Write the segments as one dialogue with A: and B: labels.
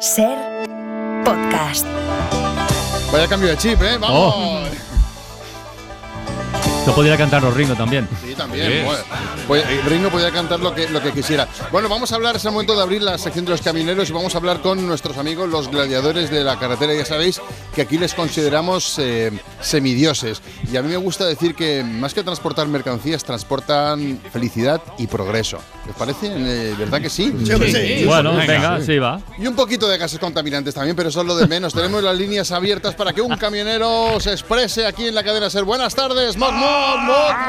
A: Ser podcast.
B: Vaya cambio de chip, ¿eh? ¡Vamos!
C: Esto podría cantarnos Ringo también.
B: Sí, también. bueno. Pues, eh, Ringo podía cantar lo que, lo que quisiera. Bueno, vamos a hablar, es el momento de abrir la sección de los camineros y vamos a hablar con nuestros amigos, los gladiadores de la carretera. Ya sabéis que aquí les consideramos eh, semidioses. Y a mí me gusta decir que más que transportar mercancías, transportan felicidad y progreso. ¿Les parece? Eh, ¿Verdad que sí?
C: Bueno, venga, sí va.
B: Y un poquito de gases contaminantes también, pero eso es lo de menos. Tenemos las líneas abiertas para que un camionero se exprese aquí en la cadena ser. Buenas tardes, Mod Mod, Mod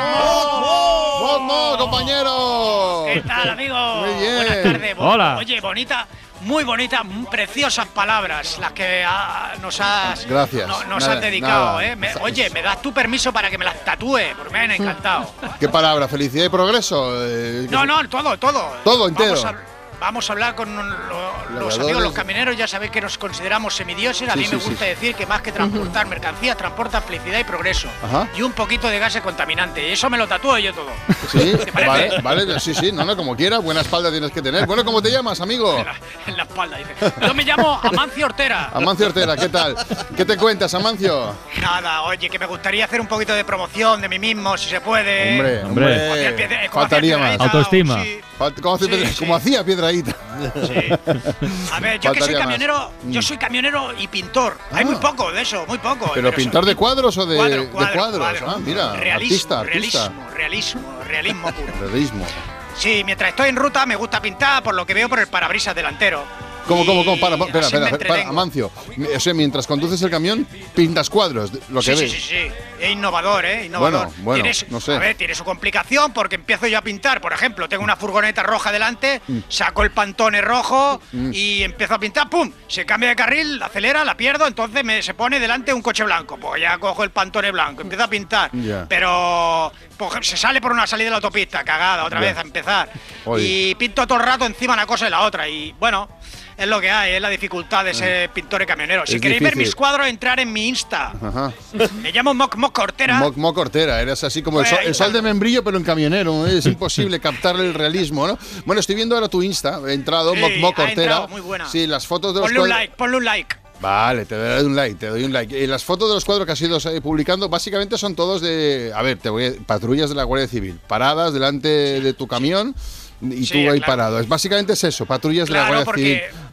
B: Mod, Mod Mod, compañero.
D: ¿Qué tal, amigo?
B: Muy bien.
D: Buenas tardes. Bo-
C: Hola.
D: Oye, bonita, muy bonitas, mm, preciosas palabras las que ah, nos has,
B: Gracias.
D: no- nos
B: Nada,
D: has dedicado.
B: nada.
D: ¿eh? Me- oye, ¿me das tu permiso para que me las tatúe? Porque me han encantado.
B: ¿Qué palabra? ¿Felicidad y progreso? Eh,
D: No, no, todo, todo.
B: Todo entero.
D: Vamos a, vamos a hablar con lo- los
B: Labradores.
D: amigos, los camineros. Ya sabéis que nos consideramos semidioses. A
B: Sí,
D: mí
B: sí,
D: me
B: sí,
D: gusta decir que más que transportar mercancías, transporta felicidad y progreso.
B: Ajá.
D: Y un poquito de gases contaminantes. Y eso me lo tatúo yo todo.
B: Sí,
D: ¿Te
B: vale,
D: parece?
B: vale, sí, sí, no, no, como quieras, buena espalda tienes que tener. Bueno, ¿cómo te llamas, amigo?
D: en la espalda, dice. Yo me llamo Amancio Ortera.
B: Amancio Ortega, ¿qué tal? ¿Qué te cuentas, Amancio?
D: Nada, oye, que me gustaría hacer un poquito de promoción de mí mismo, si se puede.
B: Hombre,
C: Hombre.
D: Eh, Hacía el pie de-
B: hombre,
D: como hacía
B: faltaría
D: Piedrahíta,
B: más.
C: Autoestima.
D: sí,
B: Fal- ¿Cómo hace
D: Sí,
B: Pedra-
D: sí.
B: como hacía Piedraíta?
D: sí. A ver, yo que
B: Faltaría
D: soy
B: más.
D: camionero, yo
B: Mm. Ah.
D: soy camionero y pintor. Hay muy poco de eso, muy poco.
B: ¿Pero pintor de cuadros o de
D: Cuadro,
B: de
D: cuadro,
B: cuadros?
D: cuadro.
B: Ah, mira,
D: realismo,
B: artista, artista.
D: realismo, realismo, realismo puro.
B: Realismo.
D: Sí, mientras estoy en ruta me gusta pintar por lo que veo por el parabrisas delantero.
B: ¿Cómo, cómo,
D: Y
B: cómo? Para, para,
D: así
B: espera,
D: me
B: espera, para,
D: entretengo.
B: Amancio. O sea, mientras conduces el camión, pintas cuadros, lo que
D: sí,
B: ves.
D: Sí, sí, sí. Es innovador, ¿eh? Innovador.
B: Bueno, bueno,
D: Tiene su-
B: no sé.
D: A ver, tiene su complicación porque empiezo yo a pintar. Por ejemplo, tengo una furgoneta roja delante,
B: Mm.
D: saco el pantone rojo y empiezo a pintar. ¡Pum! Se cambia de carril, la acelera, la pierdo, entonces me, se pone delante un coche blanco. Pues ya cojo el pantone blanco, empiezo a pintar.
B: Ya.
D: Pero pues, se sale por una salida de la autopista, cagada, otra
B: Ya.
D: vez a empezar.
B: Oye.
D: Y pinto todo el rato encima una cosa y la otra. Y bueno. Es lo que hay, es la dificultad de ser pintor y camionero. Si
B: Mm. Es
D: queréis ver
B: difícil.
D: mis cuadros, entrar en mi Insta.
B: Ajá.
D: Me llamo Moc Moc Cortera.
B: Moc, Moc Ortera, eres así como el
D: Pues
B: sol,
D: ahí
B: el sol
D: está.
B: de membrillo, pero en camionero. ¿eh? Es imposible captar el realismo, ¿no? Bueno, estoy viendo ahora tu Insta. He entrado,
D: Sí,
B: Moc, Moc
D: ha
B: Ortera.
D: entrado, muy buena.
B: Sí, las fotos de los
D: ponle un
B: cuadros-
D: like, ponle un like.
B: Vale, te doy un like, te doy un like. Y las fotos de los cuadros que has ido eh, publicando básicamente son todos de, a ver, te voy a- patrullas de la Guardia Civil, paradas delante de tu camión y
D: Sí,
B: tú ahí
D: claro.
B: parado. Es básicamente es eso, patrullas de la
D: Claro,
B: Guardia Civil.
D: porque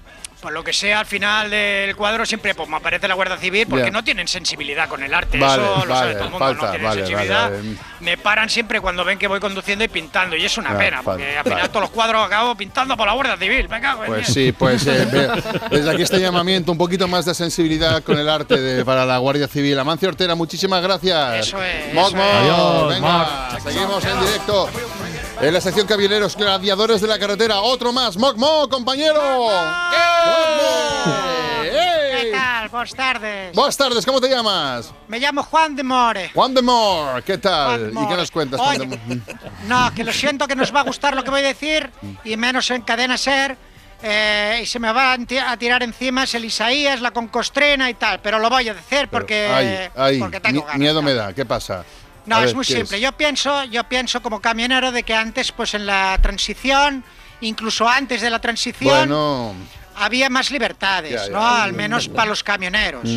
D: por lo que sea al final del cuadro siempre pues, me aparece la Guardia Civil porque
B: Ya.
D: no tienen sensibilidad con el arte.
B: Vale,
D: Eso
B: vale,
D: lo sabe todo el mundo.
B: falta,
D: no tienen
B: vale,
D: sensibilidad.
B: vale, vale.
D: Me paran siempre cuando ven que voy conduciendo y pintando y es una
B: Ah,
D: pena
B: falta,
D: porque al final
B: vale.
D: todos los cuadros acabo pintando por la Guardia Civil. Me cago en
B: Pues
D: diez.
B: sí, pues eh, ve- desde aquí este llamamiento, un poquito más de sensibilidad con el arte de- para la Guardia Civil. Amancio Ortera, muchísimas gracias.
D: Eso es,
B: Moc,
D: eso
B: moc.
D: es.
C: Adiós,
B: Venga, seguimos en directo. En la sección Caballeros, Gladiadores de la Carretera, otro más. Moc, moc, compañero. ¡Eh! ¡Eh!
D: ¿Qué tal? Buenas tardes.
B: Buenas tardes, ¿cómo te llamas?
D: Me llamo Juan de More.
B: Juan de Mor, ¿qué tal?
D: Juan de
B: ¿Y qué
D: Mor.
B: nos cuentas?
D: Oye,
B: Juan de Mor?
D: No, que lo siento que nos va a gustar lo que voy a decir, y menos en cadena ser. eh, y se me va a ti- a tirar encima es el Isaías, la concostrena y tal, pero lo voy a decir porque,
B: Ay, ay,
D: porque tengo
B: mi-
D: ganas,
B: miedo
D: claro.
B: me da, ¿qué pasa?
D: No,
B: A ver,
D: es muy
B: ¿qué
D: simple. Yo pienso, yo pienso como camionero de que antes, pues en la transición, incluso antes de la transición,
B: Bueno,
D: había más libertades,
B: Ya, ya.
D: ¿no? Al menos para los camioneros.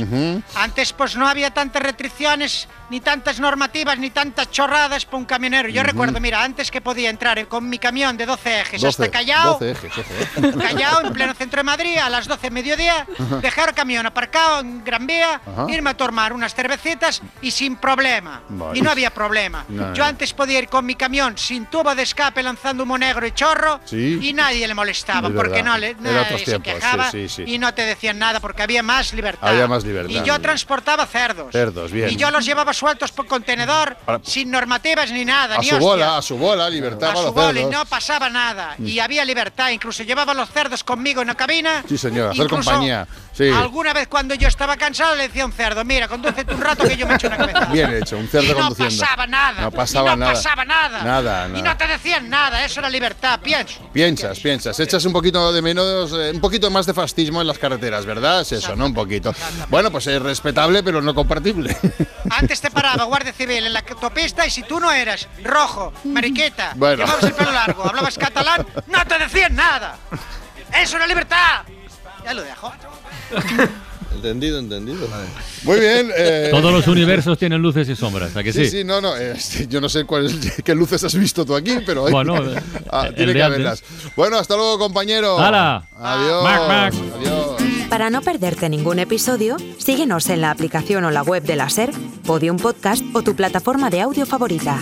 D: Antes pues no había tantas restricciones, ni tantas normativas, ni tantas chorradas para un camionero. Yo recuerdo, mira, antes que podía entrar eh, con mi camión de 12 ejes
B: 12,
D: hasta Callao,
B: 12 ejes, ojo, eh.
D: Callao, en pleno centro de Madrid, a las 12 de mediodía, dejar el camión aparcado en Gran Vía,
B: Ajá.
D: irme a tomar unas cervecitas y sin problema.
B: Vale.
D: Y no había problema.
B: No,
D: Yo
B: no.
D: antes podía ir con mi camión sin tubo de escape lanzando humo negro y chorro
B: Sí.
D: y nadie le molestaba
B: Es
D: porque
B: verdad.
D: no le,
B: Era
D: nadie
B: otros
D: se
B: tiempos, sí,
D: quejaba
B: sí, sí.
D: y no te decían nada porque había más libertad.
B: Había más libertad.
D: Y yo transportaba cerdos.
B: Cerdos, bien.
D: Y yo los llevaba sueltos por contenedor
B: Para-
D: sin normativas ni nada.
B: A
D: ni
B: su
D: hostias
B: bola, a su bola, libertad
D: a
B: para
D: su
B: los
D: bola y
B: cerdos. Mm.
D: no pasaba nada. Y había libertad. Incluso llevaba los cerdos conmigo en la cabina.
B: Sí, señora, hacer
D: Incluso
B: compañía, sí.
D: Alguna vez cuando yo estaba cansado le decía a un cerdo, mira, condúcete un rato que yo me echo una cabeza.
B: Bien hecho, un cerdo
D: y no
B: conduciendo.
D: Pasaba nada,
B: No pasaba
D: y no
B: nada.
D: pasaba nada.
B: Nada,
D: Y
B: nada.
D: no te decían nada. Eso era libertad, pienso.
B: Piensas, piensas, echas un poquito de menos, eh, un poquito más de fascismo en las carreteras, ¿verdad? Es eso, ¿no? Un poquito. Bueno, pues es respetable, pero no compartible.
D: Antes te paraba Guardia Civil en la autopista y si tú no eras rojo, mariqueta,
B: Bueno.
D: llevabas el pelo largo, hablabas catalán, no te decían nada. Es una libertad. Ya lo dejo.
E: Entendido, entendido.
B: Muy bien. eh,
C: Todos los universos tienen luces y sombras, ¿a que
B: Sí,
C: sí?
B: sí, no, no. eh, sí, yo no sé cuáles qué luces has visto tú aquí, pero hay-
C: Bueno, eh,
B: ah,
C: el
B: tiene
C: de
B: que
C: antes.
B: haberlas. Bueno, hasta luego, compañero.
C: ¡Hala!
B: Adiós.
C: Mac, mac.
B: Adiós.
A: Para no perderte ningún episodio, síguenos en la aplicación o la web de la SER, Podium Podcast o tu plataforma de audio favorita.